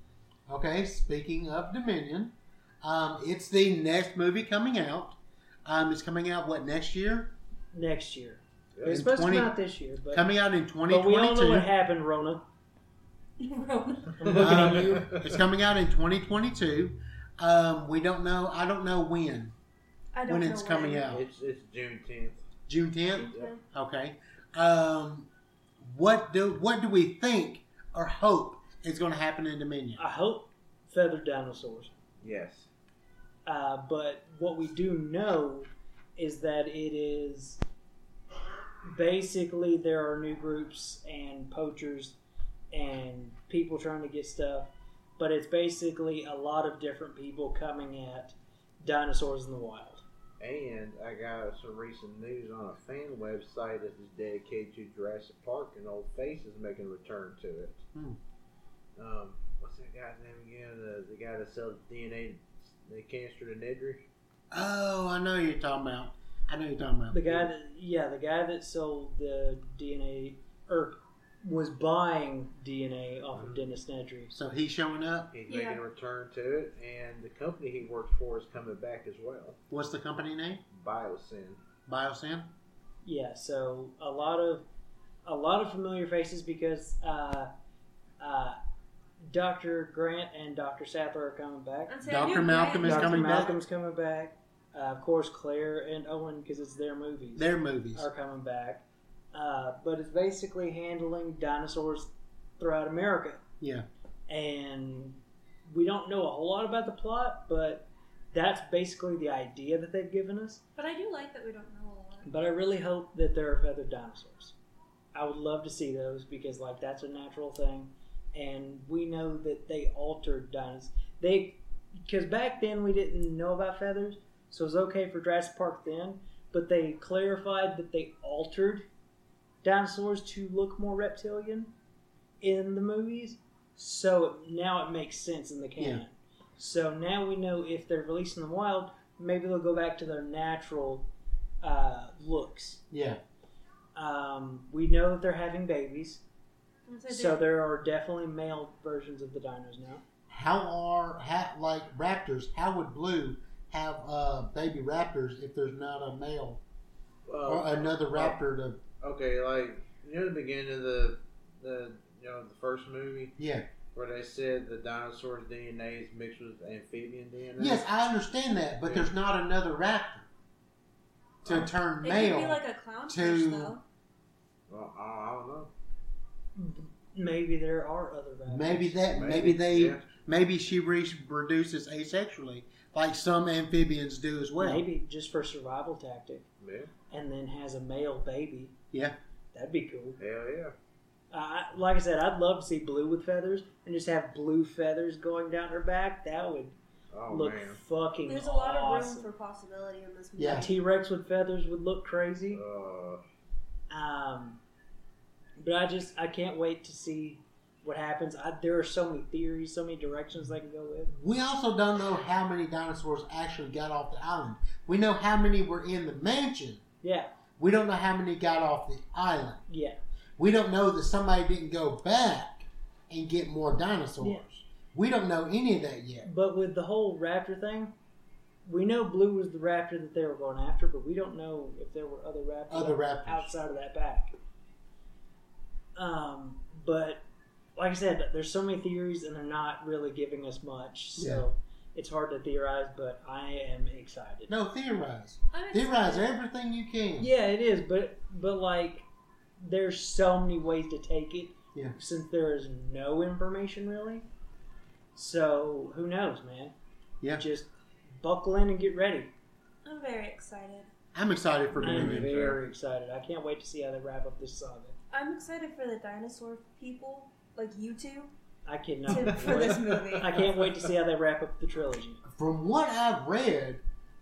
Speaker 2: Okay, speaking of Dominion, Um, it's the next movie coming out. Um, it's coming out what next year?
Speaker 1: next year.
Speaker 4: Yeah.
Speaker 1: It's supposed
Speaker 2: 20
Speaker 1: to come out this year, but,
Speaker 2: Coming out in
Speaker 1: but we all know what
Speaker 2: 2022.
Speaker 1: happened, Rona.
Speaker 3: Rona.
Speaker 1: I'm looking at you.
Speaker 2: Um, It's coming out in 2022. Um, we don't know. I don't know when.
Speaker 3: I don't
Speaker 2: When
Speaker 3: know
Speaker 2: it's coming out.
Speaker 4: It's it's June tenth.
Speaker 2: June 10th.
Speaker 3: Mhm.
Speaker 2: Okay. Um, what do what do we think or hope is going to happen in Dominion?
Speaker 1: I hope feathered dinosaurs.
Speaker 4: Yes.
Speaker 1: Uh, but what we do know is that it is basically there are new groups and poachers and people trying to get stuff, but it's basically a lot of different people coming at dinosaurs in the wild.
Speaker 4: And I got some recent news on a fan website that is dedicated to Jurassic Park and Old Faces making a return to it.
Speaker 2: Hmm.
Speaker 4: Um, what's that guy's name again? The, the guy that sells DNA, the cancer to Nedry?
Speaker 2: Oh, I know who you're talking about. I know who you're talking about.
Speaker 1: The guy that yeah, the guy that sold the DNA or was buying DNA off of Dennis Nedry.
Speaker 2: So he's showing up.
Speaker 4: He's
Speaker 3: Yeah.
Speaker 4: making a return to it, and the company he works for is coming back as well.
Speaker 2: What's the company name?
Speaker 4: Biosyn.
Speaker 2: Biosyn.
Speaker 1: Yeah, so a lot of a lot of familiar faces because uh, uh, Dr. Grant and Dr. Sattler are coming back.
Speaker 3: I'd say I
Speaker 2: Dr.
Speaker 3: knew Grant.
Speaker 2: Malcolm is
Speaker 1: Dr.
Speaker 2: coming back.
Speaker 1: Malcolm's coming back. Uh, of course, Claire and Owen because it's their movies
Speaker 2: Their movies.
Speaker 1: are coming back. Uh, but it's basically handling dinosaurs throughout America.
Speaker 2: Yeah.
Speaker 1: and we don't know a whole lot about the plot, but that's basically the idea that they've given us.
Speaker 3: But I do like that we don't know a lot.
Speaker 1: But I really hope that there are feathered dinosaurs. I would love to see those because, like, that's a natural thing, and we know that they altered dinosaurs. They, because back then we didn't know about feathers, so it was okay for Jurassic Park then. But they clarified that they altered dinosaurs to look more reptilian in the movies, so it, now it makes sense in the canon.
Speaker 2: Yeah.
Speaker 1: So now we know if they're released in the wild, maybe they'll go back to their natural uh, looks.
Speaker 2: Yeah.
Speaker 1: Um, we know that they're having babies,
Speaker 3: I'd say
Speaker 1: so
Speaker 3: they're-
Speaker 1: there are definitely male versions of the dinos now.
Speaker 2: How are how, like raptors? How would Blue have uh, baby raptors if there's not a male or
Speaker 4: Oh,
Speaker 2: another raptor to?
Speaker 4: Okay, like you know the beginning of the the you know the first movie
Speaker 2: Yeah.
Speaker 4: where they said the dinosaurs' DNA is mixed with amphibian DNA.
Speaker 2: Yes, I understand that, but there's not another raptor to turn
Speaker 3: It
Speaker 2: male.
Speaker 3: could be like a clownfish,
Speaker 2: to-
Speaker 3: though.
Speaker 4: Well, I, I don't know.
Speaker 1: Maybe there are other raptors.
Speaker 2: maybe that. Maybe, they.
Speaker 4: yeah.
Speaker 2: Maybe she re- reduces asexually, like some amphibians do as well.
Speaker 1: maybe just for survival tactic,
Speaker 4: Yeah.
Speaker 1: and then has a male baby.
Speaker 2: Yeah.
Speaker 1: that'd be cool.
Speaker 4: Hell yeah.
Speaker 1: Uh, I- like I said, I'd love to see blue with feathers and just have blue feathers going down her back. That would
Speaker 4: Oh
Speaker 1: look
Speaker 4: man.
Speaker 1: fucking
Speaker 3: There's a lot of room
Speaker 1: awesome.
Speaker 3: for possibility in this movie.
Speaker 2: Yeah.
Speaker 1: A T-Rex with feathers would look crazy.
Speaker 4: Uh,
Speaker 1: Um, but I just I can't wait to see what happens. I, there are so many theories, so many directions they can go with.
Speaker 2: We also don't know how many dinosaurs actually got off the island. We know how many were in the mansion.
Speaker 1: Yeah,
Speaker 2: We don't know how many got off the island.
Speaker 1: yeah,
Speaker 2: We don't know that somebody didn't go back and get more dinosaurs.
Speaker 1: Yeah.
Speaker 2: We don't know any of that yet.
Speaker 1: but with the whole raptor thing, we know blue was the raptor that they were going after, but we don't know if there were other raptors,
Speaker 2: Other raptors.
Speaker 1: outside of that pack. Um, but like I said, there's so many theories, and they're not really giving us much, so it's hard to theorize. But I am excited.
Speaker 2: No, theorize.
Speaker 3: I'm
Speaker 2: Theorize
Speaker 3: excited.
Speaker 2: everything you can.
Speaker 1: Yeah, it is, but but like there's so many ways to take it.
Speaker 2: Yeah.
Speaker 1: Since there is no information really. So who knows, man?
Speaker 2: Yeah.
Speaker 1: Just buckle in and get ready.
Speaker 3: I'm very excited.
Speaker 2: I'm excited for
Speaker 1: I'm
Speaker 2: Dominion.
Speaker 4: Amen.
Speaker 1: very excited. I can't wait to see how they wrap up this saga.
Speaker 3: I'm excited for the dinosaur people, like you two,
Speaker 1: I cannot
Speaker 3: to, for
Speaker 1: wait.
Speaker 3: this movie.
Speaker 1: I can't wait to see how they wrap up the trilogy.
Speaker 2: From what I've read,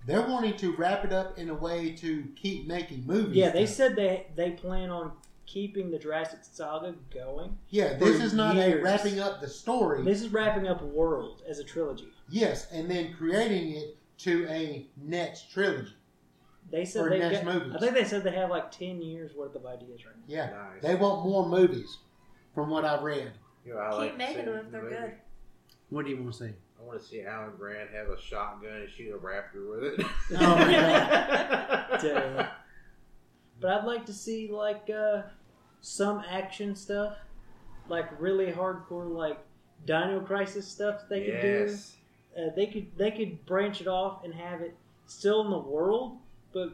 Speaker 2: they're wanting to wrap it up in a way to keep making movies.
Speaker 1: Yeah, they
Speaker 2: now.
Speaker 1: said they they plan on keeping the Jurassic saga going.
Speaker 2: Yeah, this
Speaker 1: for
Speaker 2: is not a
Speaker 1: years.
Speaker 2: wrapping up the story.
Speaker 1: This is wrapping up World as a trilogy.
Speaker 2: Yes, and then creating it to a next trilogy.
Speaker 1: They said
Speaker 2: For
Speaker 1: they've
Speaker 2: next
Speaker 1: got-
Speaker 2: movies.
Speaker 1: I think they said they have like ten years worth of ideas right now.
Speaker 2: Yeah.
Speaker 4: Nice.
Speaker 2: They want more movies, from what I've read.
Speaker 4: You know, I
Speaker 3: Keep
Speaker 4: like to
Speaker 3: making
Speaker 4: see
Speaker 3: them if they're
Speaker 4: the movie.
Speaker 3: good.
Speaker 2: What do you want to see?
Speaker 4: I want to see Alan Grant have a shotgun and shoot a raptor with it.
Speaker 2: Oh my
Speaker 1: Terrible. But I'd like to see like uh, some action stuff, like really hardcore, like Dino Crisis stuff they could do.
Speaker 4: yes.
Speaker 1: Uh, they could they could branch it off and have it still in the world, but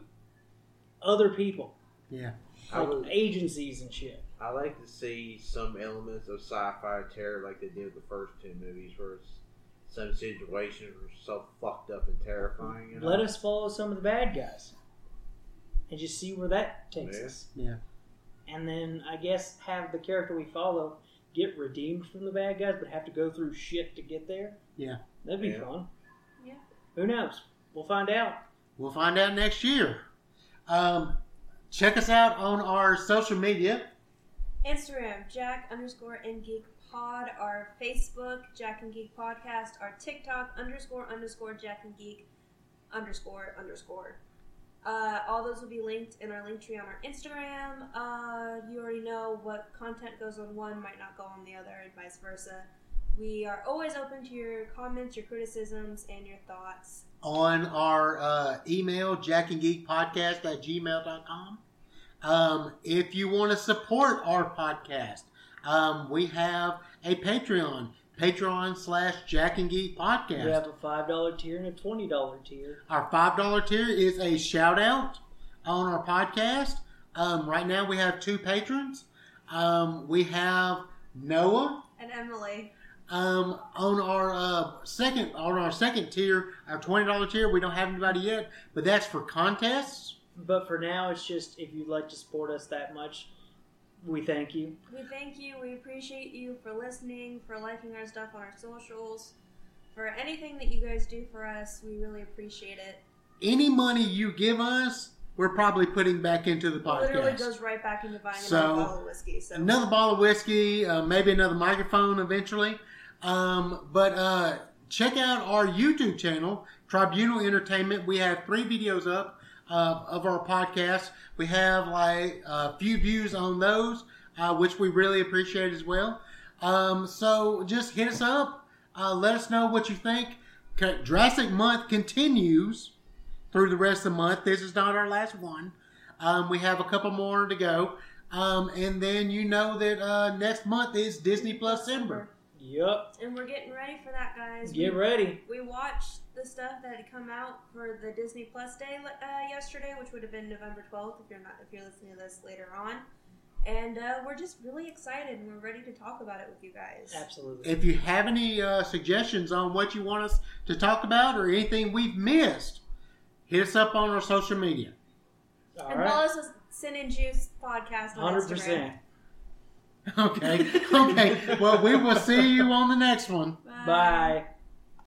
Speaker 1: other people,
Speaker 2: Yeah.
Speaker 4: I
Speaker 1: like
Speaker 4: would.
Speaker 1: agencies and shit.
Speaker 4: I like to see some elements of sci-fi terror like they did with the first two movies, where it's, some situations were so fucked up and terrifying. You know?
Speaker 1: Let us follow some of the bad guys and just see where that takes
Speaker 4: Yeah.
Speaker 1: us.
Speaker 2: Yeah.
Speaker 1: And then I guess have the character we follow get redeemed from the bad guys, but have to go through shit to get there.
Speaker 2: Yeah.
Speaker 1: That'd be
Speaker 4: Yeah.
Speaker 1: fun.
Speaker 3: Yeah.
Speaker 1: Who knows? We'll find out.
Speaker 2: We'll find out next year. Um, check us out on our social media.
Speaker 3: Instagram, Jack underscore and Geek Pod, our Facebook, Jack and Geek Podcast, our TikTok, underscore underscore Jack and Geek, underscore underscore. Uh, all those will be linked in our link tree on our Instagram. Uh, you already know what content goes on one might not go on the other, and vice versa. We are always open to your comments, your criticisms, and your thoughts.
Speaker 2: on our uh, email, jackandgeekpodcast at gmail.com. Um, if you want to support our podcast, um, we have a Patreon, Patreon slash Jack and Geek Podcast.
Speaker 1: We have a five dollar tier and a twenty dollar tier.
Speaker 2: Our $5 tier is a shout out on our podcast. Um, right now we have two patrons. Um, we have Noah.
Speaker 3: And Emily,
Speaker 2: Um, on our uh, second on our second tier, our twenty dollar tier, we don't have anybody yet, but that's for contests.
Speaker 1: But for now, it's just if you'd like to support us that much, we thank you.
Speaker 3: we thank you. We appreciate you for listening, for liking our stuff on our socials, for anything that you guys do for us. We really appreciate it.
Speaker 2: Any money you give us, we're probably putting back into the
Speaker 3: Literally
Speaker 2: podcast.
Speaker 3: goes right back into buying
Speaker 2: So,
Speaker 3: another bottle of whiskey. So
Speaker 2: another bottle of whiskey, uh, maybe another microphone eventually. Um, but uh, check out our YouTube channel, Tribunal Entertainment. We have three videos up uh, of our podcast. We have like a few views on those, uh, which we really appreciate as well. Um, so just hit us up. Uh, let us know what you think. C- Jurassic Month continues through the rest of the month. This is not our last one. Um, we have a couple more to go. Um, and then you know that uh, next month is Disney Plus December.
Speaker 1: Yup.
Speaker 3: and we're getting ready for that, guys.
Speaker 1: Get
Speaker 3: we,
Speaker 1: ready.
Speaker 3: we watched the stuff that had come out for the Disney Plus day uh, yesterday, which would have been November twelfth if you're not if you're listening to this later on. And uh, we're just really excited, and we're ready to talk about it with you guys.
Speaker 1: Absolutely.
Speaker 2: If you have any uh, suggestions on what you want us to talk about or anything we've missed, hit us up on our social media.
Speaker 1: All
Speaker 3: and
Speaker 1: right.
Speaker 3: follow us as Sin and Juice podcast on
Speaker 1: Hundred
Speaker 3: Instagram.
Speaker 1: percent.
Speaker 2: Okay. Okay. well, we will see you on the next one.
Speaker 1: Bye.